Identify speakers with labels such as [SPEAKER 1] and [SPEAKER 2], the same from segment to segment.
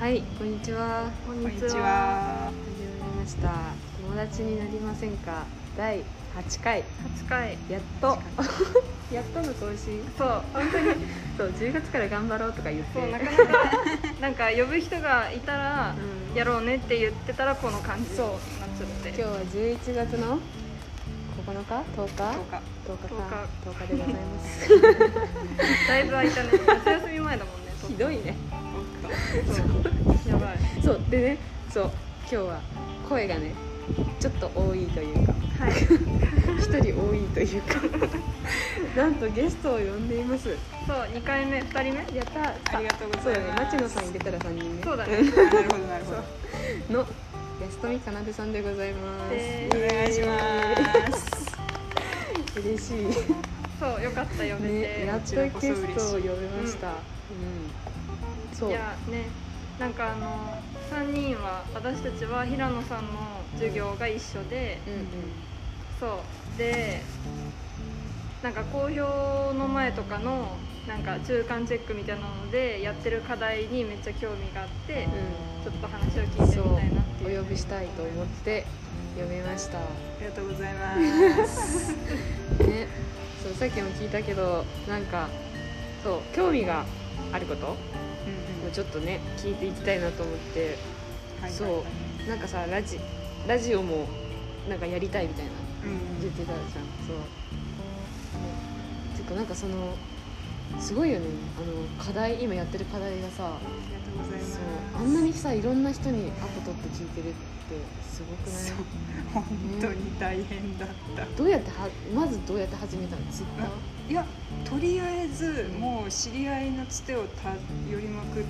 [SPEAKER 1] はい、こんにちは。
[SPEAKER 2] こんにちは。
[SPEAKER 1] 始まりました。友達になりませんか。第八回。
[SPEAKER 2] 8回。
[SPEAKER 1] やっと。 やっとの更新。
[SPEAKER 2] そう、本当に
[SPEAKER 1] そう、10月から頑張ろうとか言って。
[SPEAKER 2] そうなかなかなんか呼ぶ人がいたら
[SPEAKER 1] うん
[SPEAKER 2] やろうねって言ってたらこの感じに
[SPEAKER 1] そう
[SPEAKER 2] なっちゃって。
[SPEAKER 1] 今日は11月の9日、10日、
[SPEAKER 2] そう
[SPEAKER 1] 10
[SPEAKER 2] か
[SPEAKER 1] 日
[SPEAKER 2] 10
[SPEAKER 1] か、10日でございます。
[SPEAKER 2] だいぶ空いたね。夏休み前だもんね。
[SPEAKER 1] ひどいね。
[SPEAKER 2] そうやばい。
[SPEAKER 1] そうでね、そう今日は声がね、ちょっと多いという か。
[SPEAKER 2] はい。
[SPEAKER 1] 一人多いという かなんとゲストを呼んでいます
[SPEAKER 2] そう、2回目、2人目。
[SPEAKER 1] やった
[SPEAKER 3] ありがとうご
[SPEAKER 1] そうだ
[SPEAKER 3] ざい
[SPEAKER 1] ね
[SPEAKER 3] ます。
[SPEAKER 1] 町野さん入れたら3人目
[SPEAKER 2] そうだね。
[SPEAKER 3] なるほどなるほど。
[SPEAKER 1] の安富かなでさんでございます、
[SPEAKER 2] で
[SPEAKER 3] お願いします。
[SPEAKER 1] 嬉しい
[SPEAKER 2] そう、よかった呼べ
[SPEAKER 1] ね
[SPEAKER 2] て。
[SPEAKER 1] やっとゲストを呼べました、うんそう
[SPEAKER 2] いやねなんかあの3人は私たちは平野さんの授業が一緒で、
[SPEAKER 1] うんうん
[SPEAKER 2] そうでなんか公表の前とかのなんか中間チェックみたいなのでやってる課題にめっちゃ興味があって、ちょっと話を聞いてみたいなっていう
[SPEAKER 1] お呼びしたいと思って呼びました
[SPEAKER 3] ありがとうございます。
[SPEAKER 1] ねそうさっきも聞いたけどなんかそう興味があることをちょっとね聞いていきたいなと思ってそうなんかさラジラジオもなんかやりたいみたいな言ってたじゃんそうてかなんかそのすごいよねあの課題今やってる課題がさ
[SPEAKER 3] ありがとうございます
[SPEAKER 1] そう。あんなにさいろんな人にアポ取って聞いてるってすごくない
[SPEAKER 3] そう本当に大変だった。
[SPEAKER 1] どうやってはまずどうやって始めたのツイッター
[SPEAKER 3] いやとりあえずもう知り合いのつてを頼りまくって、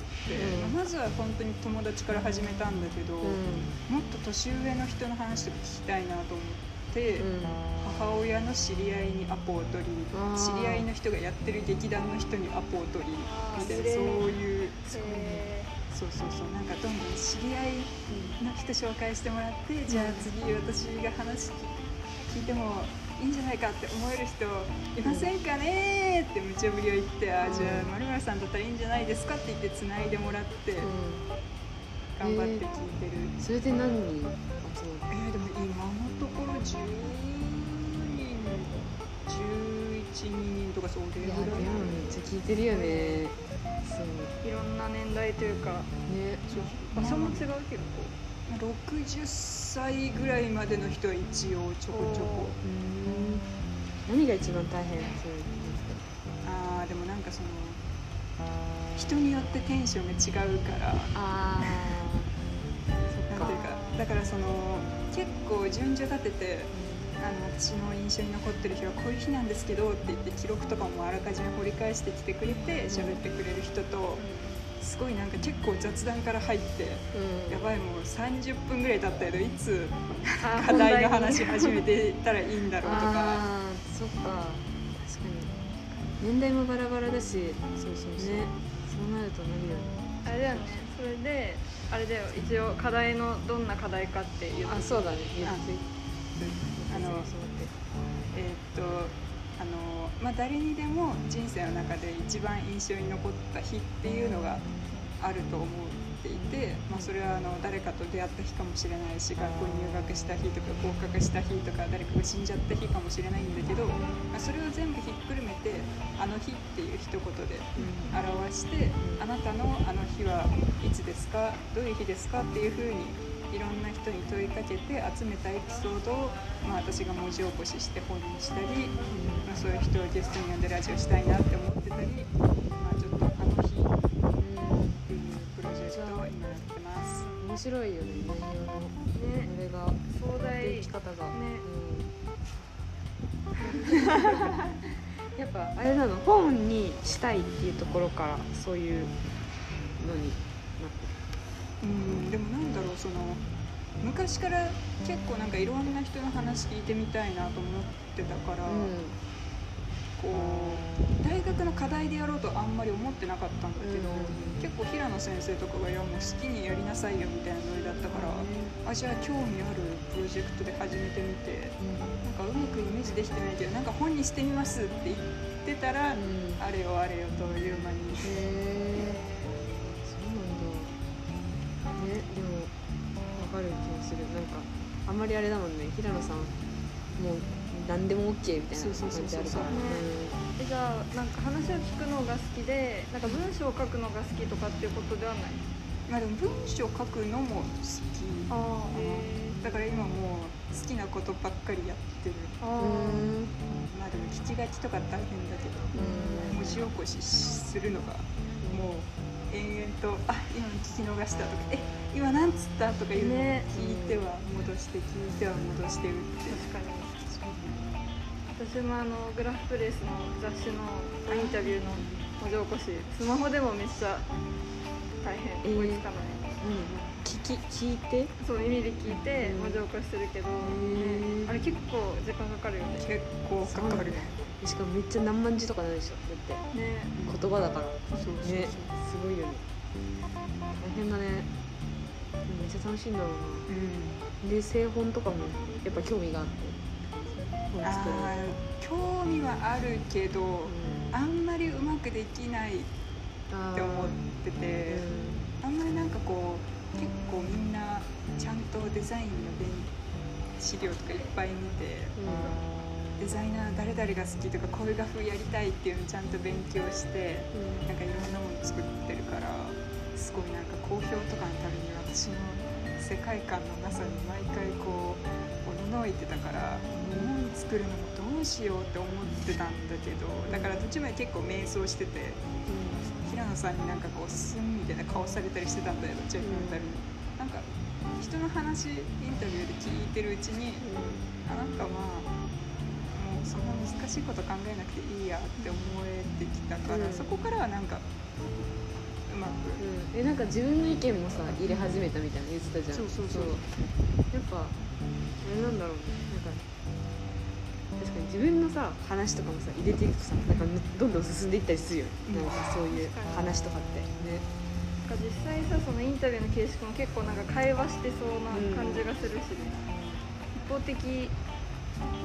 [SPEAKER 1] うん
[SPEAKER 3] まずは本当に友達から始めたんだけど、
[SPEAKER 1] う
[SPEAKER 3] もっと年上の人の話とか聞きたいなと思って。
[SPEAKER 1] んうん
[SPEAKER 3] 母親の知り合いにアポを取り
[SPEAKER 1] あー
[SPEAKER 3] 知り合いの人がやってる劇団の人にアポを取り
[SPEAKER 2] あ
[SPEAKER 3] み
[SPEAKER 2] ー
[SPEAKER 3] たいな
[SPEAKER 2] す
[SPEAKER 3] そう
[SPEAKER 2] ごい
[SPEAKER 3] いう
[SPEAKER 2] え
[SPEAKER 3] そうそうそうなんかどんどん知り合いの人紹介してもらって、じゃあ次私が話聞いてもいいんじゃないかって思える人いませんかねって無茶ぶりを言って、あーじゃあ丸村さんだったらいいんじゃないですかって言ってつないでもらって頑張って聞いてる、
[SPEAKER 1] うんそれで何人集まっ
[SPEAKER 3] えーでも今のところ10人11人とかそう
[SPEAKER 1] た
[SPEAKER 3] で
[SPEAKER 1] いやでもめっちゃ聞いてるよねそう
[SPEAKER 2] いろんな年代というか
[SPEAKER 1] ね
[SPEAKER 3] そう
[SPEAKER 2] 場所も違うけど
[SPEAKER 3] 60歳ぐらいまでの人は一応ちょこちょこ
[SPEAKER 1] うん何が一番大変そういう
[SPEAKER 3] あーでもなんかその人によってテンションが違うから
[SPEAKER 1] ああ
[SPEAKER 3] なんていうかだからその結構順序立ててあの私の印象に残ってる日はこういう日なんですけどって言って記録とかもあらかじめ掘り返してきてくれて喋ってくれる人とすごいなんか結構雑談から入って
[SPEAKER 1] うん
[SPEAKER 3] やばいもう30分ぐらい経ったけどいつ
[SPEAKER 2] あー
[SPEAKER 3] 課題の
[SPEAKER 2] 本題
[SPEAKER 3] 話
[SPEAKER 2] に
[SPEAKER 3] 始めていったらいいんだろうとか。
[SPEAKER 1] あーそっか確かに年代もバラバラだし
[SPEAKER 3] そうそうそう
[SPEAKER 1] ねそうなるとなるよね
[SPEAKER 2] あれだよねそれであれだよ一応課題のどんな課題かっていう
[SPEAKER 1] あそうだね言って
[SPEAKER 3] あのえーっとあのまあ、誰にでも人生の中で一番印象に残った日っていうのがあると思っていて、まあ、それはあの誰かと出会った日かもしれないし学校に入学した日とか合格した日とか誰かが死んじゃった日かもしれないんだけど、まあ、それを全部ひっくるめて「あの日」っていう一言で表して「あなたのあの日はいつですかどういう日ですか?」っていうふうにいろんな人に問いかけて集めたエピソードを、まあ、私が文字起こしして本にしたり、まあ、そういう人をゲストに呼んでラジオしたいなって思ってたり、まあ、ちょっと「あの日」っていうプロジェクトを今やってます。
[SPEAKER 1] うん面白いよね内容の
[SPEAKER 2] ね
[SPEAKER 1] これが
[SPEAKER 2] 壮
[SPEAKER 1] で
[SPEAKER 2] 大
[SPEAKER 1] き方が、
[SPEAKER 2] ね
[SPEAKER 1] うん やっぱあれなの本にしたいっていうところからそういうのになって
[SPEAKER 3] うん、でもなんだろうその昔から結構なんかいろんな人の話聞いてみたいなと思ってたから、こう大学の課題でやろうとあんまり思ってなかったんだけど、
[SPEAKER 1] うん
[SPEAKER 3] 結構平野先生とかが「いやもう好きにやりなさいよ」みたいなノリだったから、あじゃあ興味あるプロジェクトで始めてみてなんかうまくイメージできてないけどなんか本にしてみますって言ってたら、
[SPEAKER 1] うんうん
[SPEAKER 3] あれよあれよという間に
[SPEAKER 1] へえそうなんだねでも分かる気もするなんかあんまりあれだもんね平野さんもう何でも OK みたいな
[SPEAKER 3] そうそうそう
[SPEAKER 1] 感じあるから
[SPEAKER 2] そうえじゃあなんか話を聞くのが好きでなんか文章を書くのが好きとかっていうことではない
[SPEAKER 3] まあでも文章書くのも好き
[SPEAKER 2] あ
[SPEAKER 3] ーだから今もう好きなことばっかりやってる
[SPEAKER 2] あ
[SPEAKER 1] う
[SPEAKER 2] ー
[SPEAKER 1] ん
[SPEAKER 3] まあでも聞き書きとか大変だけど
[SPEAKER 1] うん
[SPEAKER 3] 文字起こしするのがもう延々と「あ今聞き逃した」とか「え今なんつった?」とかいうのを
[SPEAKER 2] ね
[SPEAKER 3] 聞いては戻して聞いては戻してるって
[SPEAKER 2] 確かに私もあのグラフプレスの雑誌のインタビューの文字起こしスマホでもめっちゃ大
[SPEAKER 1] え
[SPEAKER 2] 変
[SPEAKER 1] ー
[SPEAKER 2] 追いつかない、
[SPEAKER 1] 聞き聞いて
[SPEAKER 2] そう耳で聞いて
[SPEAKER 1] うん
[SPEAKER 2] 文字起こしするけど、ね
[SPEAKER 1] ー
[SPEAKER 2] あれ結構時間かかるよね
[SPEAKER 3] 結構かかるね
[SPEAKER 1] しかもめっちゃ何万字とかなるでしょだっ
[SPEAKER 2] ね
[SPEAKER 1] て言葉だから
[SPEAKER 3] そうそうそう
[SPEAKER 1] ねすごいよね大変だねめっちゃ楽しいんだろう
[SPEAKER 3] うん
[SPEAKER 1] なで製本とかもやっぱ興味があって本
[SPEAKER 3] あ
[SPEAKER 1] 作る
[SPEAKER 3] ー興味はあるけど
[SPEAKER 1] うん
[SPEAKER 3] あんまりうまくできないっ
[SPEAKER 1] あー
[SPEAKER 3] て思っててあんまりなんかこう結構みんなちゃんとデザインの勉資料とかいっぱい見て
[SPEAKER 1] うんうん
[SPEAKER 3] デザイナー誰々が好きとかこういう画風やりたいっていうのちゃんと勉強してなんかいろんなもの作ってるからすごいなんか好評とかのたびに私の世界観のなさに毎回こうおののいてたから日本作るのもどうしようって思ってたんだけどだから途中まで結構迷走してて平野さんになんかこう「すん」みたいな顔されたりしてたんだよ途中のたびに。なんか人の話インタビューで聞いてるうちにあなんかまあもうそんな難しいこと考えなくていいやって思えてきたから、
[SPEAKER 1] うん
[SPEAKER 3] そこからはなんかうま
[SPEAKER 1] う
[SPEAKER 3] く
[SPEAKER 1] んうんえなんか自分の意見もさ入れ始めたみたいな言ってたじゃん
[SPEAKER 3] そうそうそう
[SPEAKER 1] やっぱあれなんだろうねなんか確かに自分のさ話とかもさ入れていくとさなんかどんどん進んでいったりするよね、
[SPEAKER 3] うん
[SPEAKER 1] なんかそういう
[SPEAKER 2] 確かに
[SPEAKER 1] 話とかってね
[SPEAKER 2] なんか実際さそのインタビューの形式も結構なんか会話してそうな感じがするし、一方的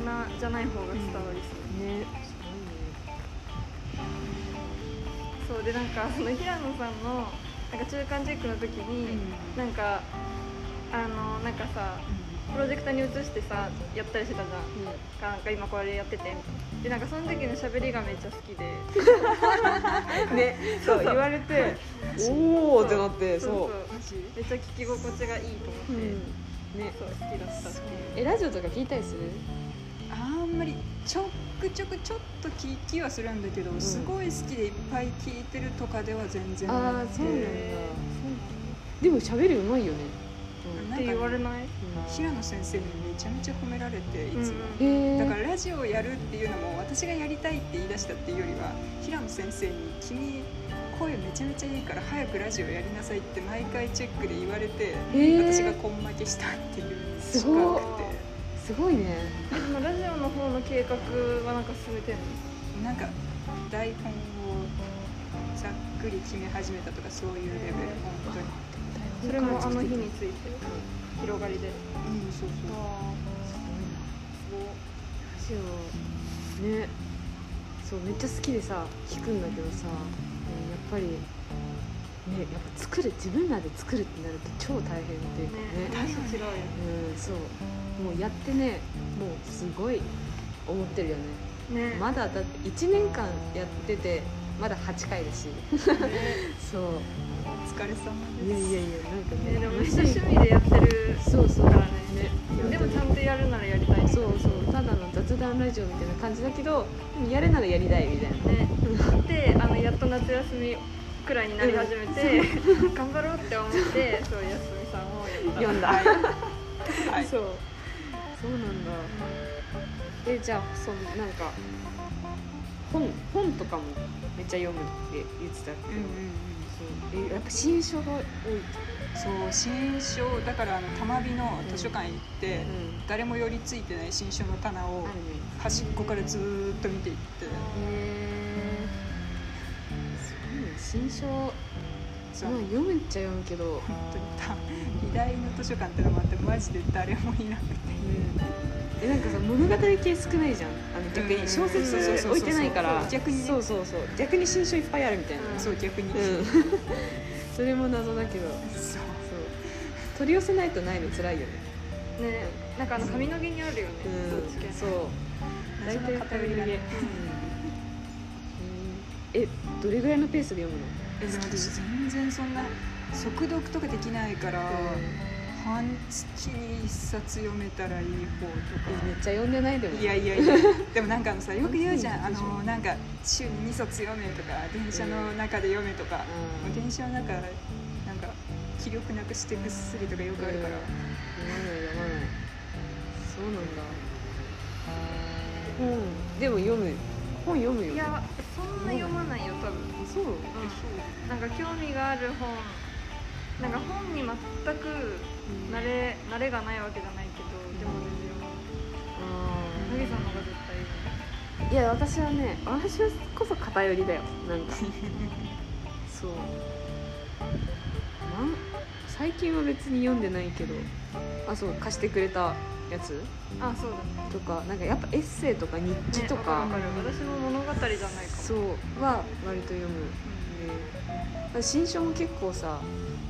[SPEAKER 2] なじゃない方が伝わりそう、
[SPEAKER 1] ね
[SPEAKER 2] そうでなんかその平野さんのなんか中間チェックの時に、なんかあのなんかさプロジェクターに移してさやったりしてたじゃん
[SPEAKER 1] すごいね
[SPEAKER 2] がなんか今これやっててみたいなでなんかその時の喋りがめっちゃ好きで
[SPEAKER 1] ね そう言われておおってなってそう
[SPEAKER 3] マジ
[SPEAKER 2] めっちゃ聞き心地がいいと思って、
[SPEAKER 1] うんね
[SPEAKER 2] そう好きだったっていう
[SPEAKER 1] えラジオとか聞いたりする
[SPEAKER 3] あんまりちょくちょくちょっと聞きはするんだけど、
[SPEAKER 1] ん
[SPEAKER 3] すごい好きでいっぱい聞いてるとかでは全然なくて
[SPEAKER 1] そうなんだ
[SPEAKER 2] へ
[SPEAKER 1] でも喋るうまいよね、
[SPEAKER 3] うん
[SPEAKER 2] って言われない
[SPEAKER 3] 平野先生にめちゃめちゃ褒められていつも。
[SPEAKER 1] うんへえ
[SPEAKER 3] だからラジオをやるっていうのも私がやりたいって言い出したっていうよりは平野先生に「君声めちゃめちゃいいから早くラジオやりなさい」って毎回チェックで言われて
[SPEAKER 1] へえ
[SPEAKER 3] 私が根負けしたっていう
[SPEAKER 1] す
[SPEAKER 3] しか
[SPEAKER 1] ご
[SPEAKER 3] な
[SPEAKER 1] っ
[SPEAKER 3] くて
[SPEAKER 1] すごいね
[SPEAKER 2] えでもラジオの方の計画はなんか進めてるの
[SPEAKER 3] なんか台本をざっくり決め始めたとかそういうレベル本当に
[SPEAKER 2] それもあの日
[SPEAKER 1] うん
[SPEAKER 2] について広がりで
[SPEAKER 3] うんそうそう
[SPEAKER 1] すごいラジオねそうめっちゃ好きでさ聞くんだけどさ、うんやっぱりねやっぱ作る自分らで作るってなると超大変っていうか
[SPEAKER 2] ね
[SPEAKER 1] ね
[SPEAKER 2] 話違うよ
[SPEAKER 1] うんそうもうやってねもうすごい思ってるよね
[SPEAKER 2] ねね
[SPEAKER 1] まだだって1年間やっててまだ8回だ しそ
[SPEAKER 3] お疲れ様
[SPEAKER 1] うい
[SPEAKER 3] で
[SPEAKER 1] やい
[SPEAKER 3] す
[SPEAKER 1] やいやなんかね
[SPEAKER 2] ねでもめっちゃ趣味でやってる
[SPEAKER 1] そうそう
[SPEAKER 2] からね
[SPEAKER 1] ね
[SPEAKER 2] でもちゃんとやるならやりたい
[SPEAKER 1] そうそうただの雑談ラジオみたいな感じだけどでもやるならやりたいみたいな
[SPEAKER 2] ねであのやっと夏休みくらいになり始めて、頑張ろうって思ってそう休みさんをや
[SPEAKER 1] 読
[SPEAKER 2] った
[SPEAKER 1] んだ、
[SPEAKER 3] はい
[SPEAKER 1] そうそうなんだえじゃあそのなんか本本とかもめっちゃ読むって言ってたけど、
[SPEAKER 3] うんうんうん
[SPEAKER 1] そうえやっぱ新書が多い
[SPEAKER 3] そう新書だからあの玉美の図書館行って、
[SPEAKER 1] ん
[SPEAKER 3] 誰も寄りついてない新書の棚を
[SPEAKER 1] あるね
[SPEAKER 3] 端っこからずーっと見ていって
[SPEAKER 1] へえそうね新書まあ
[SPEAKER 3] そう
[SPEAKER 1] 読むっちゃ読むけど、
[SPEAKER 3] 本当にた 偉大の図書館ってのもあってマジで誰もいなくて
[SPEAKER 1] えなんかさ物語系少ないじゃんあの逆
[SPEAKER 3] う
[SPEAKER 1] に
[SPEAKER 3] ん
[SPEAKER 1] 小説置いてないから
[SPEAKER 3] そう逆にね
[SPEAKER 1] そうそうそう逆に 新書いっぱいあるみたいな
[SPEAKER 2] うん
[SPEAKER 3] そう逆に、
[SPEAKER 1] うんそれも謎だけどそう
[SPEAKER 3] そう
[SPEAKER 1] 取り寄せないとないの辛いよね
[SPEAKER 2] ねなんかあの髪の毛にあるよね、
[SPEAKER 1] うん
[SPEAKER 2] そっち系
[SPEAKER 1] そう大
[SPEAKER 3] 謎
[SPEAKER 1] 体
[SPEAKER 3] の偏り
[SPEAKER 1] うん
[SPEAKER 3] がね
[SPEAKER 1] えどれぐらいのペースで読むの
[SPEAKER 3] えでも私全然そんな速読とかできないから、半月に一冊読めたらいい方
[SPEAKER 1] めっ
[SPEAKER 3] と
[SPEAKER 1] ちゃ読んでないでも
[SPEAKER 3] かいやいやいやでもなんかあのさよく言うじゃんあ
[SPEAKER 1] 半月に一冊
[SPEAKER 3] のなんか週に2冊読めとか電車の中で読めとか、
[SPEAKER 1] うん
[SPEAKER 3] 電車の中なんか気力なくしてぐっすりとかよくあるから、
[SPEAKER 1] 読まない読まないそうなんだ本でも読む本読むよ
[SPEAKER 2] いやそんな読まないよ多分、
[SPEAKER 1] あそう
[SPEAKER 2] うん、なんか興味がある本なんか本に全く慣れ慣れがないわけじゃないけどでも全然読ま
[SPEAKER 1] あ
[SPEAKER 2] ない影さんの方が絶対読む
[SPEAKER 1] ーいや私はね私はこそ偏りだよなんかそうなん最近は別に読んでないけどあそう貸してくれたやつ
[SPEAKER 2] あそうだね
[SPEAKER 1] とかなんかやっぱエッセイとか日記とか、
[SPEAKER 2] ねわかるわかる私も物語じゃないかも
[SPEAKER 1] そうは割と読むね新書も結構さ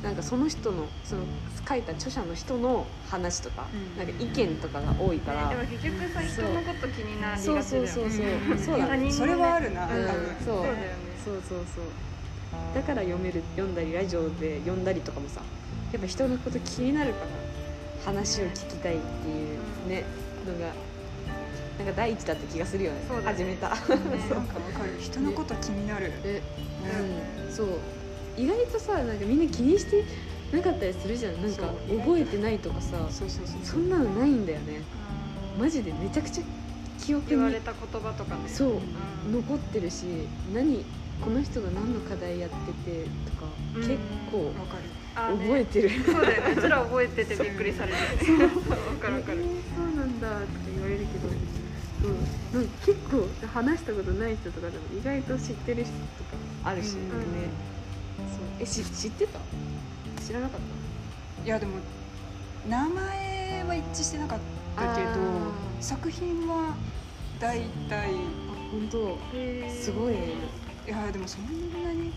[SPEAKER 1] なんかその人のその書いた著者の人の話とか,、
[SPEAKER 3] うん
[SPEAKER 1] なんか意見とかが多いから、
[SPEAKER 2] ね、でも結局さ人のこと気になりがちだ
[SPEAKER 1] そ
[SPEAKER 2] よ
[SPEAKER 1] う
[SPEAKER 2] ね
[SPEAKER 1] そうそうそう、
[SPEAKER 3] うん
[SPEAKER 1] そうだね、
[SPEAKER 2] うん
[SPEAKER 3] それはあるな、
[SPEAKER 1] うん
[SPEAKER 3] 多分
[SPEAKER 1] そう
[SPEAKER 2] そうだよね
[SPEAKER 1] そうそうそうだから読める読んだりラジオで読んだりとかもさやっぱ人のこと気になるから話を聞きたいっていうね、のがなんか第一だった気がするよね
[SPEAKER 2] そうだね
[SPEAKER 1] 始めた、
[SPEAKER 2] ね
[SPEAKER 3] なんかわかる人のこと気になる、
[SPEAKER 1] ね
[SPEAKER 3] う
[SPEAKER 1] うん、そう意外とさなんかみんな気にしてなかったりするじゃんなんか
[SPEAKER 3] そう
[SPEAKER 1] 覚えてないとかさ
[SPEAKER 3] そうそうそう
[SPEAKER 1] そんなのないんだよね
[SPEAKER 2] うん
[SPEAKER 1] マジでめちゃくちゃ記憶
[SPEAKER 2] 言われ
[SPEAKER 1] に
[SPEAKER 2] た言葉とかね
[SPEAKER 1] そう
[SPEAKER 2] うん
[SPEAKER 1] 残ってるし何この人が何の課題やっててとか
[SPEAKER 2] うん
[SPEAKER 1] 結構
[SPEAKER 3] わかる
[SPEAKER 2] あーね
[SPEAKER 1] 覚えてる、
[SPEAKER 2] そうだよねうちら覚えててびっくりされてるね そうわかるわかる
[SPEAKER 1] えーそうなんだって言われるけど、うん、なんか結構話したことない人とかでも意外と知ってる人とかあるし、
[SPEAKER 3] う
[SPEAKER 1] ね
[SPEAKER 3] ん
[SPEAKER 1] そうえし知ってた知らなかった
[SPEAKER 3] いやでも名前は一致してなかったけど
[SPEAKER 1] あー
[SPEAKER 3] 作品は大体
[SPEAKER 1] あ本当すごいね
[SPEAKER 3] いやでもそんなに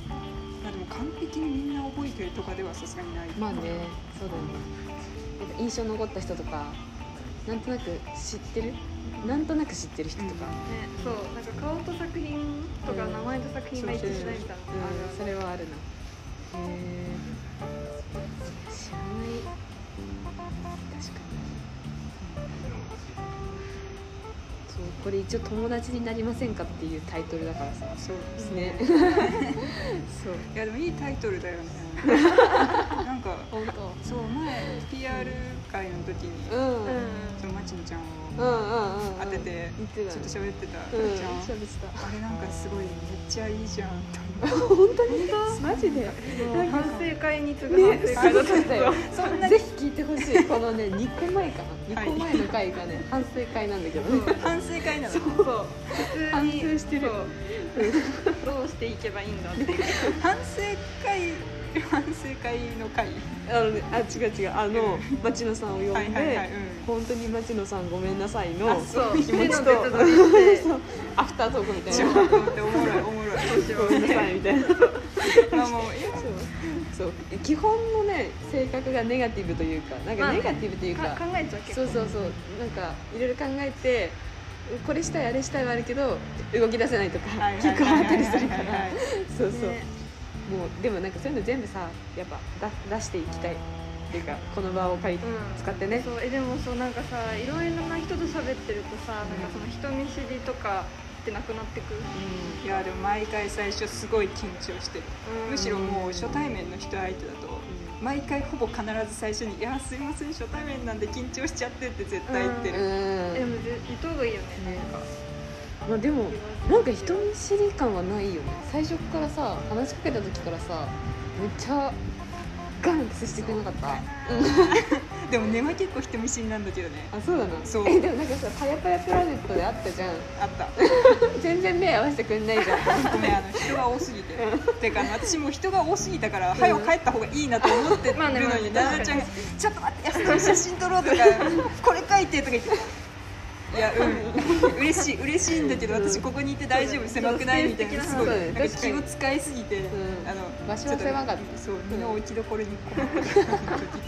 [SPEAKER 3] まあでも完璧にみんな覚えてるとかではさすがにない
[SPEAKER 1] まあねそうだよねなんか印象残った人とかなんとなく知ってるなんとなく知ってる人とか、
[SPEAKER 2] ね、そうなんか顔と作品とか
[SPEAKER 1] うん
[SPEAKER 2] 名前と作品が一致しないみたいなのあ
[SPEAKER 1] うんそ
[SPEAKER 2] る
[SPEAKER 1] れはあるなへえ知らない確かにそうこれ一応「友達になりませんか?」っていうタイトルだからさ
[SPEAKER 3] そう
[SPEAKER 1] ですねそう
[SPEAKER 3] いやでもいいタイトルだよ ねなんか
[SPEAKER 1] 本当
[SPEAKER 3] そう前 PR 会の時に
[SPEAKER 1] うんうん
[SPEAKER 3] そのまちのちゃんを
[SPEAKER 1] うんうん
[SPEAKER 3] 当てて
[SPEAKER 1] 言ってた
[SPEAKER 3] ちょっと喋ってた
[SPEAKER 1] うん
[SPEAKER 3] じゃん
[SPEAKER 1] 喋ってた
[SPEAKER 3] あれなんかすごいめっちゃいいじゃんって思っ
[SPEAKER 1] 本当にマジで
[SPEAKER 2] うん反省会に次ぐ反省会だった
[SPEAKER 1] そうだよ
[SPEAKER 3] たそんなに
[SPEAKER 1] ぜひ聞いてほしいこ のね2個前かな
[SPEAKER 3] は
[SPEAKER 1] 2
[SPEAKER 3] い
[SPEAKER 1] 個前の回がね反省会なんだけどね
[SPEAKER 3] 反省会なの
[SPEAKER 2] そう普通
[SPEAKER 1] 反
[SPEAKER 2] に
[SPEAKER 1] 省してる
[SPEAKER 2] そうどうしていけばいいんだっていう
[SPEAKER 3] 反省会反省会の会
[SPEAKER 1] あのねあ違う違うあの町野さんを呼んで、
[SPEAKER 3] はいはいはい、うん
[SPEAKER 1] 本当に町野さんごめんなさいの
[SPEAKER 3] あそう
[SPEAKER 1] 気持ち
[SPEAKER 2] 手
[SPEAKER 1] と
[SPEAKER 2] の別撮りして
[SPEAKER 1] そうアフタートークみたい
[SPEAKER 3] ちょ
[SPEAKER 1] な
[SPEAKER 3] っと待っておもろいおもろい
[SPEAKER 1] ごめんなさいみたいなそう
[SPEAKER 3] まあもういや
[SPEAKER 1] そう基本のね性格がネガティブというかなん
[SPEAKER 2] ま
[SPEAKER 1] か
[SPEAKER 2] あね
[SPEAKER 1] ネガティブというか,、
[SPEAKER 2] か考えちゃう結構
[SPEAKER 1] そうそうそうなんかいろいろ考えてこれしたいあれしたいはあるけど動き出せないとか
[SPEAKER 3] はいはい
[SPEAKER 1] 結構あったりするか
[SPEAKER 3] はいはいは
[SPEAKER 1] ら
[SPEAKER 3] い
[SPEAKER 1] そうそう、
[SPEAKER 2] ね
[SPEAKER 1] もうでもなんかそういうの全部さやっぱ出出していきたいっていうかこの場を借り
[SPEAKER 2] うん
[SPEAKER 1] 使ってね
[SPEAKER 2] そうえでもそうなんかさいろいろな人と喋ってるとさなんかその人見知りとかってなくなってくる
[SPEAKER 3] いやでも毎回最初すごい緊張してるむしろもう初対面の人相手だと毎回ほぼ必ず最初に「いやすいません初対面なんで緊張しちゃって」って絶対言って
[SPEAKER 1] う
[SPEAKER 3] る、
[SPEAKER 1] ん、
[SPEAKER 2] でもで言った方がいいよね
[SPEAKER 1] まあ、でも
[SPEAKER 2] 言
[SPEAKER 1] な
[SPEAKER 2] わ
[SPEAKER 1] んか
[SPEAKER 2] ずに
[SPEAKER 1] 人見知り感はないよね最初からさ話しかけた時からさめっちゃガンって接してくれなかった
[SPEAKER 3] でも根は結構人見知りなんだけどね
[SPEAKER 1] あそうだな
[SPEAKER 3] そう
[SPEAKER 1] えでもなんかさ「パヤパヤプラネット」であったじゃん
[SPEAKER 3] あった
[SPEAKER 1] 全然目合わせてくれない じゃん
[SPEAKER 3] ごめんあの人が多すぎててかあの私も人が多すぎたから早く帰った方がいいなと思ってる
[SPEAKER 2] まあね
[SPEAKER 3] の
[SPEAKER 2] まあね
[SPEAKER 3] に奈々ちゃんが「ちょっと待って安田の写真撮ろう」とか「これ書いて」とか言っていや、うん、嬉しい嬉しいんだけど、私ここにいて大丈夫狭くないみたいなすごい
[SPEAKER 1] そうだね
[SPEAKER 3] なんか
[SPEAKER 1] 確か
[SPEAKER 3] 気
[SPEAKER 1] に
[SPEAKER 3] を使いすぎて、
[SPEAKER 1] ん
[SPEAKER 3] あの
[SPEAKER 1] 場所は狭かった
[SPEAKER 3] ちょとそう身の置きどころに困ってた時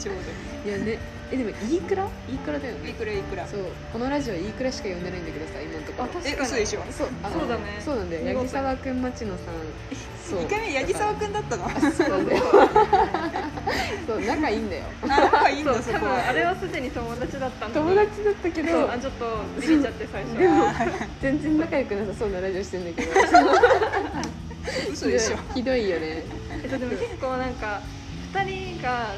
[SPEAKER 3] ちょう
[SPEAKER 1] いやねえでもいいくらいいくらだよ
[SPEAKER 3] どい
[SPEAKER 1] ね
[SPEAKER 3] くらいくら
[SPEAKER 1] そうこのラジオいいくらしか読んでないんだけどさ今のところ
[SPEAKER 2] あ確
[SPEAKER 3] え
[SPEAKER 2] かに
[SPEAKER 3] 嘘でしょ
[SPEAKER 1] そうあの
[SPEAKER 2] そうだね
[SPEAKER 1] そうなんだよ
[SPEAKER 2] 見事
[SPEAKER 1] 八木沢くん町野さんそう
[SPEAKER 3] 2回目八木沢くんだったの
[SPEAKER 1] そうなんだよそう仲いいんだよ
[SPEAKER 3] あ仲いいん
[SPEAKER 2] そう
[SPEAKER 3] だそ
[SPEAKER 2] 多
[SPEAKER 3] こ
[SPEAKER 2] 分
[SPEAKER 3] は
[SPEAKER 2] あれはすでに友達だったんだ
[SPEAKER 1] 友達だったけ
[SPEAKER 2] そう
[SPEAKER 1] ど
[SPEAKER 2] あちょっとビビっちゃって最初
[SPEAKER 1] でも
[SPEAKER 2] あ
[SPEAKER 1] 全然仲良くなさそうなラジオしてんだけど
[SPEAKER 3] 嘘でしょ
[SPEAKER 1] ひどいよね
[SPEAKER 2] えっとでも結構なんか2人が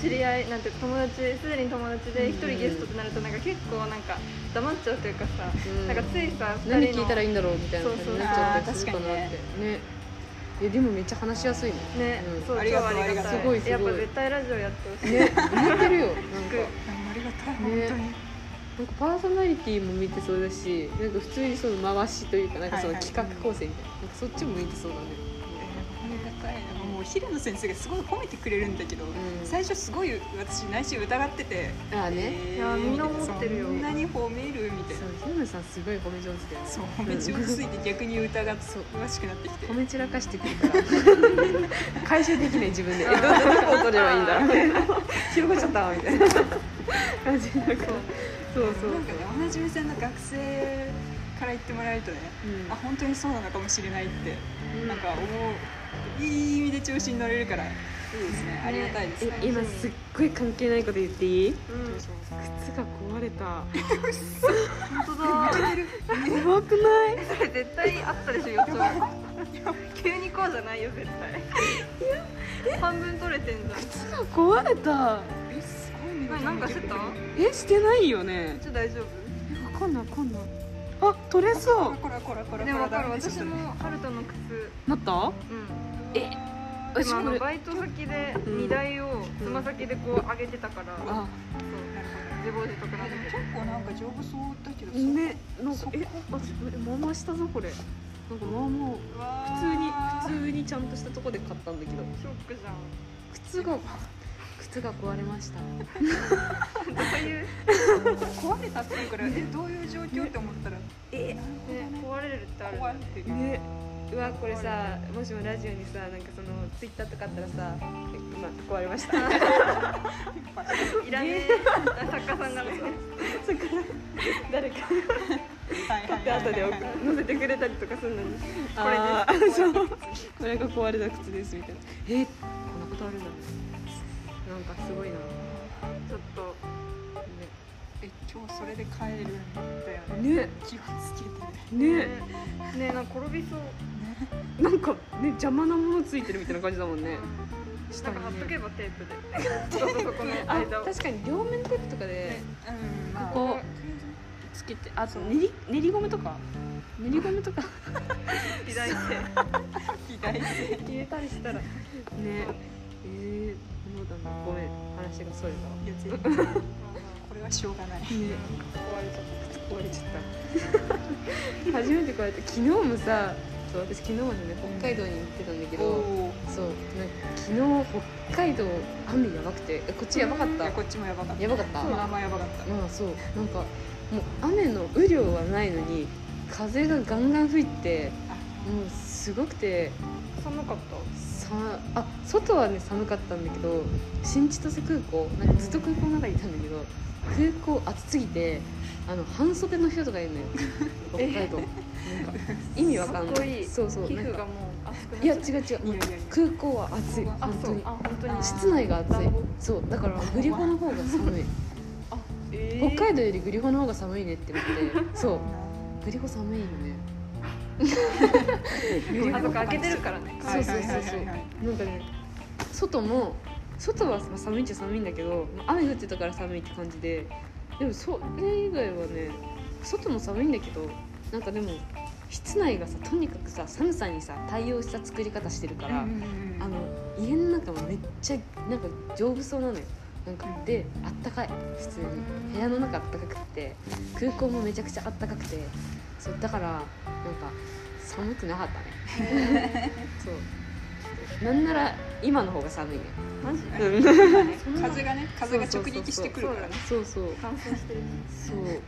[SPEAKER 2] 知り合いなんて友達すでに友達で1人ゲストってなるとなんか結構なんか黙っちゃうというかさ、
[SPEAKER 1] うん
[SPEAKER 2] なんかついさ2人の
[SPEAKER 1] 何聞いたらいいんだろうみたいな感じになっちゃったりするかなって
[SPEAKER 3] そう
[SPEAKER 1] ねえでもめっちゃ話しやすいね
[SPEAKER 2] ね、
[SPEAKER 1] うん
[SPEAKER 2] そう
[SPEAKER 3] あ
[SPEAKER 2] 超
[SPEAKER 3] りがとう
[SPEAKER 2] ありがたい
[SPEAKER 3] ありがとう
[SPEAKER 1] すごいすごい
[SPEAKER 2] やっぱ絶対ラジオやってほしい、
[SPEAKER 1] ね向いてるよなんか
[SPEAKER 3] ありがたい本
[SPEAKER 1] ね
[SPEAKER 3] 当に、
[SPEAKER 1] なんかパーソナリティも向いてそうだしなんか普通にその回しというかなんかその
[SPEAKER 3] はいはい
[SPEAKER 1] 企画構成みたいな,、なんかそっちも向いてそうだね
[SPEAKER 3] ありがたいなもう平野先生がすごい褒めてくれるんだけど、
[SPEAKER 1] ん
[SPEAKER 3] 最初すごい私内心疑ってて
[SPEAKER 1] ああね、
[SPEAKER 3] えー
[SPEAKER 2] いやみんな思ってるよ
[SPEAKER 3] そんなに褒めるみたいな
[SPEAKER 1] そうヒロムさんすごい褒め上手だよね
[SPEAKER 3] そう褒め上手すぎて逆に疑って
[SPEAKER 1] そう
[SPEAKER 3] 詳しくなってきて
[SPEAKER 1] 褒め散らかしてくるから 回収できない自分でえどどこを取ればいいんだみたいな広がっちゃったみたいな感じだからそうそう
[SPEAKER 3] なんかね同じ目線の学生から言ってもらえるとね、
[SPEAKER 1] うん
[SPEAKER 3] あ本当にそうなのかもしれないって、
[SPEAKER 1] うん
[SPEAKER 3] なんか思ういい意味で調子に乗れるからいいですねありがたいですね
[SPEAKER 1] え今すっごい関係ないこと言っていい
[SPEAKER 2] うん、
[SPEAKER 3] そうそうそう
[SPEAKER 1] 靴が壊れた
[SPEAKER 2] 本当だ
[SPEAKER 1] やばくない
[SPEAKER 2] それ絶対あったでしょ予兆急にこうじゃないよ絶 対半分取れてんじ
[SPEAKER 1] 靴が壊れた
[SPEAKER 3] えすごいね
[SPEAKER 2] ゃんなんかしてた
[SPEAKER 1] えしてないよね
[SPEAKER 2] ちょっと大丈
[SPEAKER 1] わかんないわかんないあ取れ
[SPEAKER 3] こ
[SPEAKER 1] そ
[SPEAKER 3] らこらこらこ
[SPEAKER 2] 夫
[SPEAKER 3] ら
[SPEAKER 2] でも分かる
[SPEAKER 3] こら
[SPEAKER 2] 私も春人の靴
[SPEAKER 1] うなった
[SPEAKER 2] うん
[SPEAKER 1] え
[SPEAKER 2] でもあ
[SPEAKER 1] こ
[SPEAKER 2] の
[SPEAKER 1] れ
[SPEAKER 2] バイト先で
[SPEAKER 1] うん
[SPEAKER 2] 荷台をつま先でこう上げてたからそう
[SPEAKER 1] あ
[SPEAKER 3] なるほ
[SPEAKER 2] 自暴自得なん
[SPEAKER 3] どで
[SPEAKER 2] で
[SPEAKER 3] も結構なんか丈夫そうだけどさ
[SPEAKER 1] ねなん
[SPEAKER 3] そ
[SPEAKER 1] か
[SPEAKER 3] っか
[SPEAKER 1] えあちえまあまあしたぞこれなんかまあまあ
[SPEAKER 3] うわ
[SPEAKER 1] 普
[SPEAKER 3] ー
[SPEAKER 1] 通に普通にちゃんとしたとこで買ったんだけど
[SPEAKER 2] ショックじゃん
[SPEAKER 1] 靴が靴が壊れました
[SPEAKER 2] どういう、ね、
[SPEAKER 3] 壊れたっていう からえどういう状況って思ったらえ
[SPEAKER 2] 壊れるってある
[SPEAKER 3] 壊れてる
[SPEAKER 1] ねうわこれさもしもラジオにさなんかそのツイッターとかあったらさえ今壊れました だから
[SPEAKER 2] いらねえ作家さんがね
[SPEAKER 1] 誰か
[SPEAKER 3] はい
[SPEAKER 1] 買
[SPEAKER 3] は
[SPEAKER 1] っ
[SPEAKER 3] い
[SPEAKER 1] て
[SPEAKER 3] はい
[SPEAKER 1] 後で
[SPEAKER 3] は
[SPEAKER 1] 送
[SPEAKER 3] いはい
[SPEAKER 1] 載せてくれたりとかするのに
[SPEAKER 2] あ
[SPEAKER 1] これですそうこれが壊れた靴ですみたいなえこんなことあるんだねなんかすごいな、ね、
[SPEAKER 2] ちょっと
[SPEAKER 3] え今日それで帰るんだよね
[SPEAKER 1] ね
[SPEAKER 3] 気をつけて
[SPEAKER 1] ね
[SPEAKER 2] ねなんか転びそう
[SPEAKER 1] なんかね邪魔なものついてるみたいな感じだもんね
[SPEAKER 2] な
[SPEAKER 1] 下
[SPEAKER 2] んか貼っ
[SPEAKER 1] に
[SPEAKER 2] と
[SPEAKER 1] ね
[SPEAKER 2] けばテープでそうそうそこの
[SPEAKER 1] あ
[SPEAKER 2] 間を
[SPEAKER 1] 確かに両面テープとかで
[SPEAKER 3] うんまあ
[SPEAKER 1] ここ つけてあと練り練り米とか練り米とか
[SPEAKER 2] 左手
[SPEAKER 3] 意外性
[SPEAKER 1] 入れたりしたらねえー、そうだなごめん話がそれたわ
[SPEAKER 3] いや全然これはしょうがない
[SPEAKER 1] ね
[SPEAKER 2] 壊れちゃっ
[SPEAKER 1] 壊れちゃった初めてこうやって昨日もさそう私昨日までね北海道に行ってたんだけど、
[SPEAKER 3] お
[SPEAKER 1] そうなんか昨日北海道雨やばくてえこっちやばかっ
[SPEAKER 3] い
[SPEAKER 1] た
[SPEAKER 3] やこっちもやばかった
[SPEAKER 1] やばかった
[SPEAKER 3] まあまあやばかっ
[SPEAKER 1] まあそうなんかもう雨の雨量はないのに風がガンガン吹いて
[SPEAKER 3] た
[SPEAKER 1] もうすごくて
[SPEAKER 2] た寒かった
[SPEAKER 1] さあ外はね寒かったんだけど新千歳空港なんかずっと空港の中にいたんだけど空港暑すぎてあの半袖の人とかいるの よ北海道なんか意味わかんない
[SPEAKER 2] かっこいい
[SPEAKER 1] そうそう
[SPEAKER 2] 皮
[SPEAKER 1] なん
[SPEAKER 2] 膚が
[SPEAKER 1] か
[SPEAKER 2] もう熱く
[SPEAKER 1] いや
[SPEAKER 2] な
[SPEAKER 1] 違
[SPEAKER 2] っ
[SPEAKER 1] う
[SPEAKER 2] ちゃう
[SPEAKER 1] 違う
[SPEAKER 3] いやいやいや
[SPEAKER 1] 空港は暑い
[SPEAKER 2] あ
[SPEAKER 1] 本当
[SPEAKER 2] そう
[SPEAKER 1] に
[SPEAKER 2] あ本当に
[SPEAKER 1] 室内が暑い
[SPEAKER 2] 暖房
[SPEAKER 1] そうだからグリホの方が寒い
[SPEAKER 2] えー
[SPEAKER 1] 北海道よりグリホの方が寒いねって思ってそうグリホ寒い よね
[SPEAKER 2] あそこ開けてるからね
[SPEAKER 1] そうそうそうそう
[SPEAKER 3] はいはいはいはい
[SPEAKER 1] なんかね外も外はまあ寒いっちゃ寒いんだけどまあ雨降ってたから寒いって感じででもそれ以外はね外も寒いんだけどなんかでも室内がさとにかくさ寒さにさ対応した作り方してるから、
[SPEAKER 3] うんうんうん
[SPEAKER 1] あの家の中もめっちゃなんか丈夫そうなのよなんか
[SPEAKER 3] うん
[SPEAKER 1] であったかい普通に部屋の中あったかくって空港もめちゃくちゃあったかくてそうだからなんか寒くなかったね そうなんなら今の方が寒いね
[SPEAKER 2] マジ
[SPEAKER 1] うん
[SPEAKER 2] そんな
[SPEAKER 3] 風がね風が直撃してくるからね
[SPEAKER 1] そうそう
[SPEAKER 2] 乾燥してる
[SPEAKER 1] そうって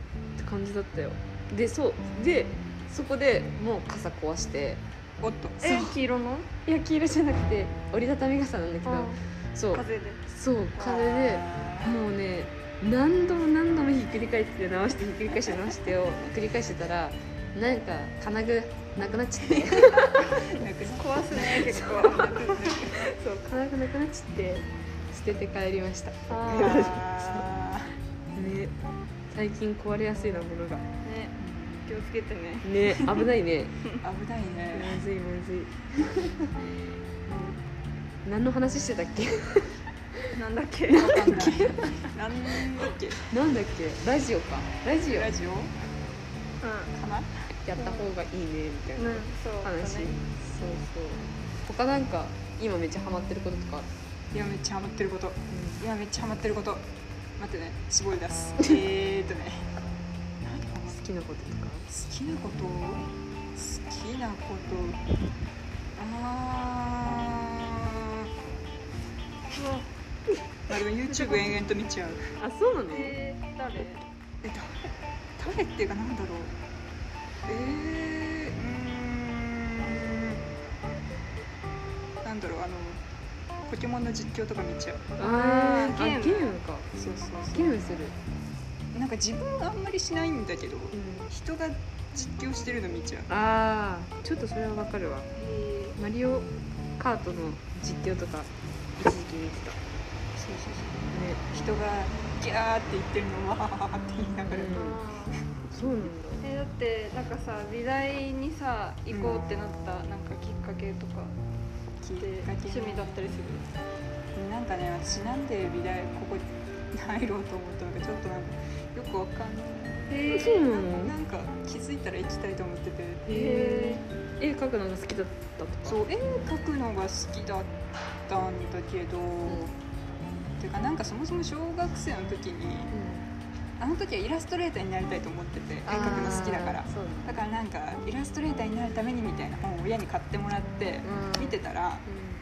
[SPEAKER 1] 感じだったよでそうでそこでもう傘壊して
[SPEAKER 3] おっと
[SPEAKER 2] え黄色の
[SPEAKER 1] いや黄色じゃなくて折りたたみ傘なんだけどそう
[SPEAKER 2] 風で
[SPEAKER 1] そう風でもうね何度も何度もひっくり返って直してひっくり返して直してを繰り返してたらなんか金具なくなっちゃって
[SPEAKER 3] なくな
[SPEAKER 2] 壊すね結構
[SPEAKER 3] くなく
[SPEAKER 1] そう金具なくなっちゃって捨てて帰りました
[SPEAKER 2] あ
[SPEAKER 3] あ
[SPEAKER 2] ーね
[SPEAKER 1] ね最近壊れやすいなものが
[SPEAKER 2] 気をつけ てね
[SPEAKER 1] ね危ないね
[SPEAKER 3] ー危ない
[SPEAKER 1] ま
[SPEAKER 3] ね
[SPEAKER 1] ずいまずい 何の話してたっけ
[SPEAKER 2] なんだっけ
[SPEAKER 3] わかんないなんだっけ
[SPEAKER 1] なんだっけラジオかラジオ
[SPEAKER 3] ラジオ
[SPEAKER 2] う
[SPEAKER 3] かな
[SPEAKER 1] やった方がいいねみたい
[SPEAKER 2] ん、う、
[SPEAKER 1] なん
[SPEAKER 2] そうだ
[SPEAKER 1] 話、そう
[SPEAKER 2] ね
[SPEAKER 1] そう他なんか今めっちゃハマってることとかある
[SPEAKER 3] 今めっちゃハマってること今めっちゃハマってること待ってね絞り出すえーっとね何ハマっ
[SPEAKER 1] 好きなこととか
[SPEAKER 3] 好きなこと好きなことあーまあでも YouTube 延々と見ちゃう
[SPEAKER 1] あそうなの
[SPEAKER 2] えー、誰
[SPEAKER 3] えっと誰っていうかなんだろうえー、うーんなんだろうあのポケモンの実況とか見ちゃう
[SPEAKER 1] あー
[SPEAKER 2] ゲーム
[SPEAKER 1] あゲームか
[SPEAKER 3] そうそう
[SPEAKER 1] ゲームする
[SPEAKER 3] うなんか自分はあんまりしないんだけど人が実況してるの見ちゃう
[SPEAKER 1] ああちょっとそれはわかるわ
[SPEAKER 2] え
[SPEAKER 1] マリオカートの実況とか一時期見てた
[SPEAKER 3] そうそうそう
[SPEAKER 1] ね
[SPEAKER 3] 人がギャーって言ってるのわーって言いなが
[SPEAKER 1] う
[SPEAKER 3] ら、
[SPEAKER 1] ん
[SPEAKER 2] ー、あー
[SPEAKER 1] そうなんだ
[SPEAKER 2] えだってなんかさ美大にさ行こうってなったなんかきっかけとか
[SPEAKER 3] 聞
[SPEAKER 2] で
[SPEAKER 3] い
[SPEAKER 2] 趣味だったりする
[SPEAKER 3] なんかね私なんで美大ここに入ろうと思ったのかちょっとなんかよくわかんない
[SPEAKER 1] え
[SPEAKER 2] え
[SPEAKER 1] そうなの
[SPEAKER 3] なんか気づいたら行きたいと思ってて
[SPEAKER 1] えー絵描くのが好きだったとか
[SPEAKER 3] そう絵描くのが好きだったんだけど、てかなんかそもそも小学生の時にあの時はイラストレーターになりたいと思ってて絵
[SPEAKER 1] あー
[SPEAKER 3] 描くの好きだから
[SPEAKER 1] そうなんだ
[SPEAKER 3] だからなんかイラストレーターになるためにみたいな本を親に買ってもらって
[SPEAKER 1] うん
[SPEAKER 3] 見てたら
[SPEAKER 1] うん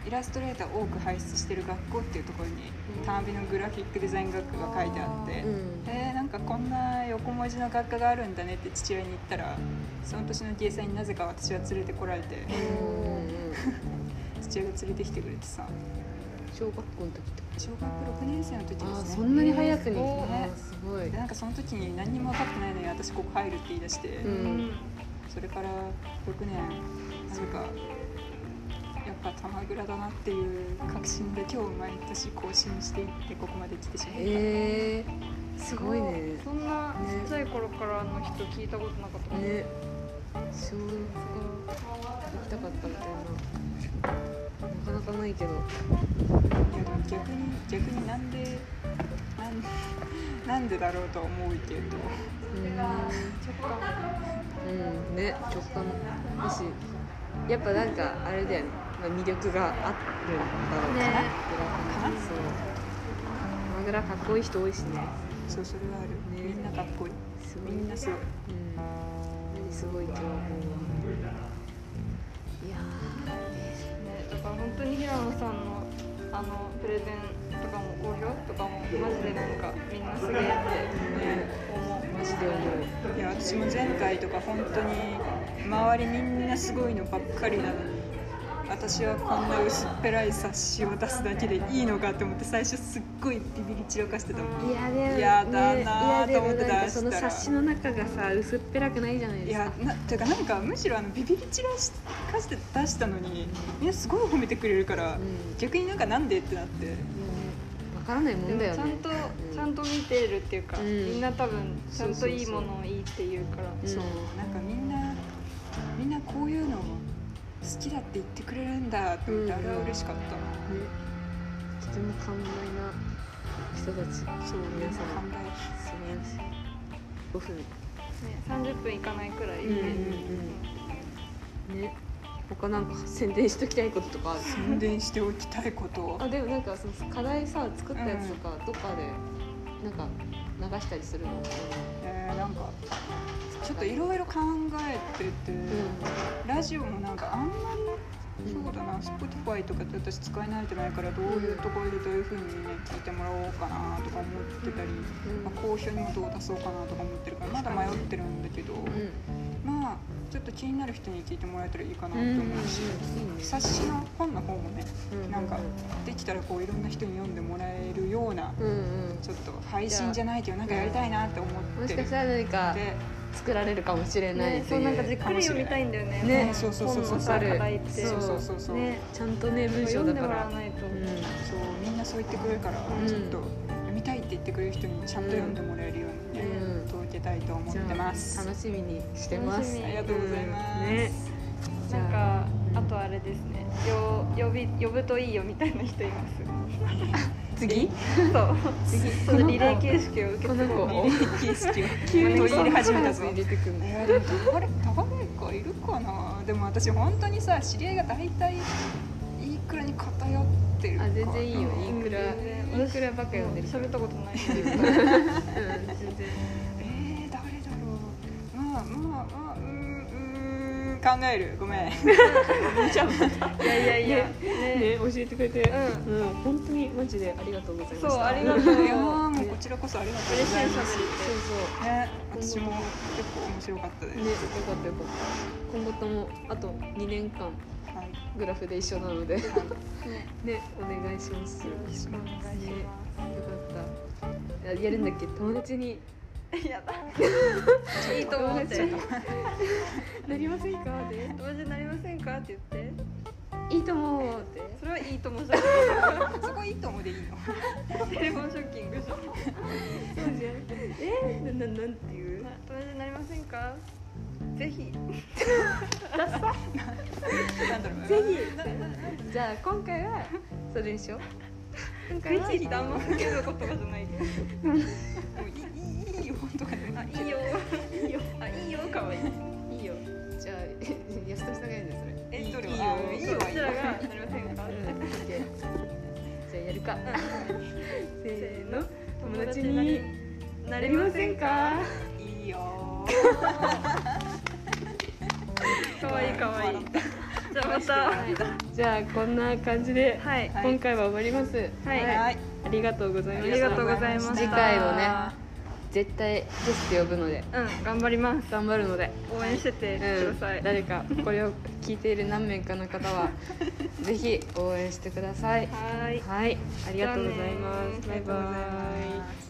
[SPEAKER 3] イラストレーターを多く輩出してる学校っていうところに
[SPEAKER 1] うん
[SPEAKER 3] 単美のグラフィックデザイン学科が書いてあって、
[SPEAKER 1] うん
[SPEAKER 3] えーなんかこんな横文字の学科があるんだねって父親に言ったらその年の芸祭になぜか私は連れてこられて
[SPEAKER 1] うん
[SPEAKER 3] 父親が連れてきてくれてさ
[SPEAKER 1] 小学校の時って
[SPEAKER 3] 小学6年生の時
[SPEAKER 1] あー
[SPEAKER 3] です
[SPEAKER 1] そ
[SPEAKER 3] ね
[SPEAKER 1] んなに早くに、
[SPEAKER 2] すごい
[SPEAKER 1] あーすごい
[SPEAKER 3] でなんかその時に何にも分かってないのに私ここ入るって言い出して、
[SPEAKER 1] う
[SPEAKER 2] うんん
[SPEAKER 3] それから6年なんかやっぱ玉倉だなっていう確信で今日毎年更新していってここまで来てしまった。
[SPEAKER 1] えー、すごいねね
[SPEAKER 2] そんなちっちゃい頃からの人聞いたことなかったもんね
[SPEAKER 1] 小学が行きたかったみたいななかなかないけど
[SPEAKER 3] いやでも逆に逆になんでなんなん でだろうとは思うけど
[SPEAKER 1] うん
[SPEAKER 2] 直感
[SPEAKER 1] うんね直感だしやっぱなんかあれだよね、まあ、魅力があるんだろう
[SPEAKER 2] ね
[SPEAKER 1] な
[SPEAKER 3] かな
[SPEAKER 1] そう鎌倉かっこいい人多いしね
[SPEAKER 3] そうそれはある、
[SPEAKER 1] ね
[SPEAKER 3] みんなかっこいい
[SPEAKER 1] す
[SPEAKER 3] みんなすごい
[SPEAKER 1] うん、何すごいと思うわいや
[SPEAKER 2] ねだから本当に平野さんのあのプレゼンとかも好評とかもマジでなんかみんなすげえって思
[SPEAKER 1] ーマジで思う
[SPEAKER 3] いや私も前回とか本当に周りみんなすごいのばっかりなのに私はこんな薄っぺらい冊子を出すだけでいいのかと思って最初すっごいビビり散らかしてたもん
[SPEAKER 1] いやでも
[SPEAKER 3] やだなー
[SPEAKER 1] ね
[SPEAKER 3] と思って
[SPEAKER 1] いやでもなんか
[SPEAKER 3] 出した
[SPEAKER 1] そ
[SPEAKER 3] ら
[SPEAKER 1] の冊子の中がさ薄っぺらくないじゃない
[SPEAKER 3] い
[SPEAKER 1] ですか
[SPEAKER 3] やなてかなんかむしろあのビビり散らかして出したのにみんなすごい褒めてくれるか
[SPEAKER 1] う
[SPEAKER 3] ら
[SPEAKER 1] んもうね
[SPEAKER 3] 逆になんかなんでってなって
[SPEAKER 1] わからないも
[SPEAKER 2] で
[SPEAKER 1] ん
[SPEAKER 2] も
[SPEAKER 1] だ
[SPEAKER 2] ち
[SPEAKER 1] よね
[SPEAKER 2] ゃんと、ちゃんと見てるっていうか、
[SPEAKER 1] うん
[SPEAKER 2] みんな多分ちゃんといいものをいいって言うから
[SPEAKER 1] うん
[SPEAKER 3] そうなんかみんなみんなこういうの好きだって言ってくれるんだって思って、
[SPEAKER 1] うん
[SPEAKER 3] あれは嬉しかった
[SPEAKER 1] ねとても寛大な人たち
[SPEAKER 3] なそう
[SPEAKER 1] 皆
[SPEAKER 3] 皆
[SPEAKER 1] さ
[SPEAKER 3] さ
[SPEAKER 1] ん
[SPEAKER 3] ん考え
[SPEAKER 1] すみません5分
[SPEAKER 2] ね、30分いかないくらいで、
[SPEAKER 1] うんね他なんか宣伝しときたいこととかある
[SPEAKER 3] 宣伝しておきたいこと
[SPEAKER 1] あでもなんかその課題さ作ったやつとかどっかでなんか流したりするの、
[SPEAKER 3] えー、なんかちょっといろいろ考えてて、
[SPEAKER 1] う
[SPEAKER 3] ラジオもなんかあんまりそうだな Spotify とかって私使い慣れてないからどういうところでどういうふうにみんなに聞いてもらおうかなとか思ってたり、まあ、好評にもどう出そうかなとか思ってるからまだ迷ってるんだけど、まあちょっと気になる人に聞いてもらえたらいいかなと思うし、冊子の本の方もねなんかできたらこういろんな人に読んでもらえるような
[SPEAKER 1] うんうん
[SPEAKER 3] ちょっと配信じゃないけどなんかやりたいなって思
[SPEAKER 1] も
[SPEAKER 3] っ
[SPEAKER 1] してか
[SPEAKER 3] る
[SPEAKER 1] したら何か
[SPEAKER 3] で
[SPEAKER 1] 作られるかもしれない
[SPEAKER 2] ね、そうなんかじっくり読みたいんだよね
[SPEAKER 1] ね
[SPEAKER 2] 本
[SPEAKER 3] そうそうそうそう
[SPEAKER 2] 本のさ課題って
[SPEAKER 3] そうそうそうそう、
[SPEAKER 2] ね
[SPEAKER 1] ちゃんとね文章
[SPEAKER 2] 読
[SPEAKER 1] だ
[SPEAKER 2] んで
[SPEAKER 1] か
[SPEAKER 2] もら
[SPEAKER 1] ら
[SPEAKER 2] わないと、
[SPEAKER 1] うん
[SPEAKER 3] そうみんなそう言ってくれるから、
[SPEAKER 1] ん
[SPEAKER 3] ちょっと読みたいって言ってくれる人にちゃんと読んでもらえるようにね、
[SPEAKER 1] うん
[SPEAKER 3] 届けたいと思っ
[SPEAKER 1] じゃ
[SPEAKER 3] て
[SPEAKER 1] あ
[SPEAKER 3] ます。
[SPEAKER 1] 楽しみにしてます
[SPEAKER 2] 楽しみ
[SPEAKER 3] ありがとうございます。
[SPEAKER 1] うんねじゃ
[SPEAKER 2] なん
[SPEAKER 1] あ
[SPEAKER 2] かあとあれですねよ呼び呼ぶといいよみたいな人います
[SPEAKER 1] 次
[SPEAKER 2] そう
[SPEAKER 1] 次
[SPEAKER 2] そのリレー形式を受け継
[SPEAKER 1] この子
[SPEAKER 2] ごう
[SPEAKER 1] を
[SPEAKER 3] 景色を 急に取り入れ始めたぞ。
[SPEAKER 1] 入れてくんだ
[SPEAKER 3] えー、でも高れ高嶺かいるかな。でも私本当にさ知り合いが大体いいくらに偏ってるか
[SPEAKER 1] あ
[SPEAKER 3] ら。
[SPEAKER 1] 全然いいよい
[SPEAKER 2] うん
[SPEAKER 1] いくら
[SPEAKER 2] 全然
[SPEAKER 1] いくらばっか読んでる
[SPEAKER 2] 喋ったことない
[SPEAKER 1] うん全然
[SPEAKER 3] えー、誰だろう。まあまあまあうーんうーん考えるごめん。
[SPEAKER 2] いやいやいやね
[SPEAKER 1] ね教えてくれて
[SPEAKER 2] う
[SPEAKER 1] うん本当にマジでありがとうございまし
[SPEAKER 2] そ
[SPEAKER 1] た
[SPEAKER 2] うありがとう
[SPEAKER 3] い
[SPEAKER 2] 嬉しい
[SPEAKER 3] やもうこちらこそありがとうござい
[SPEAKER 2] 喋
[SPEAKER 3] ます。
[SPEAKER 1] そうそう
[SPEAKER 3] ね、私も結構面白かったです。
[SPEAKER 1] ね、よかったよかった。今後ともあと2年間
[SPEAKER 3] はい。
[SPEAKER 1] グラフで一緒なので
[SPEAKER 2] りね
[SPEAKER 1] ね、お願いします。
[SPEAKER 2] よ
[SPEAKER 1] よ
[SPEAKER 2] ろしくお願いしま
[SPEAKER 1] かった。ややるんだっけ友達に
[SPEAKER 2] すやだいいと思って
[SPEAKER 1] なりませんかで
[SPEAKER 2] 友達になりませんかって言って
[SPEAKER 1] いいと思うって
[SPEAKER 2] それはいいと思うじゃん
[SPEAKER 3] そこいいと思うでいいの。
[SPEAKER 2] テレフォンショッキングじゃん友
[SPEAKER 1] えなんなんなんていう
[SPEAKER 2] 達になりませんかぜひ
[SPEAKER 3] なんだろう。
[SPEAKER 1] ぜひじゃあ今回はそれにしよう今回は
[SPEAKER 2] ぜひってあんまかける言葉じゃないけど
[SPEAKER 3] もういいいいいいよとかで
[SPEAKER 2] あいいよいいよあいいよかわいいいいよ
[SPEAKER 1] じゃあえ安田さんがやるんだよそれ
[SPEAKER 3] い
[SPEAKER 2] え
[SPEAKER 3] い
[SPEAKER 2] どれ
[SPEAKER 3] いいよ
[SPEAKER 2] あ
[SPEAKER 3] いいよ
[SPEAKER 2] そううちらがなりませんか
[SPEAKER 1] うんオッケーじゃあやるかせーの友達に
[SPEAKER 2] な
[SPEAKER 1] な
[SPEAKER 2] り
[SPEAKER 1] り
[SPEAKER 2] ま
[SPEAKER 1] ま
[SPEAKER 2] せ
[SPEAKER 1] せ
[SPEAKER 2] ん
[SPEAKER 1] ん
[SPEAKER 2] か
[SPEAKER 1] か
[SPEAKER 3] いいよ。
[SPEAKER 2] かわいいかわいいじゃあまた
[SPEAKER 1] じゃあこんな感じで
[SPEAKER 2] はい
[SPEAKER 3] はい
[SPEAKER 1] 今回は終わります。
[SPEAKER 2] はい
[SPEAKER 3] はい。
[SPEAKER 1] ありがとうござい
[SPEAKER 2] あ
[SPEAKER 1] ました。
[SPEAKER 2] りがとうございました
[SPEAKER 1] 次回もね絶対ゲスト呼ぶので
[SPEAKER 2] うん頑張ります
[SPEAKER 1] 頑張るので、
[SPEAKER 2] 応援しててく
[SPEAKER 1] う
[SPEAKER 2] だ
[SPEAKER 1] ん
[SPEAKER 2] さい、
[SPEAKER 1] 誰かこれを聞いている何名かの方 はぜひ応援してください。
[SPEAKER 2] はーい
[SPEAKER 1] はい、ありがとうございま
[SPEAKER 2] じ
[SPEAKER 1] す。
[SPEAKER 2] ゃあ
[SPEAKER 1] バ
[SPEAKER 2] ね
[SPEAKER 1] イバイ。
[SPEAKER 3] イ。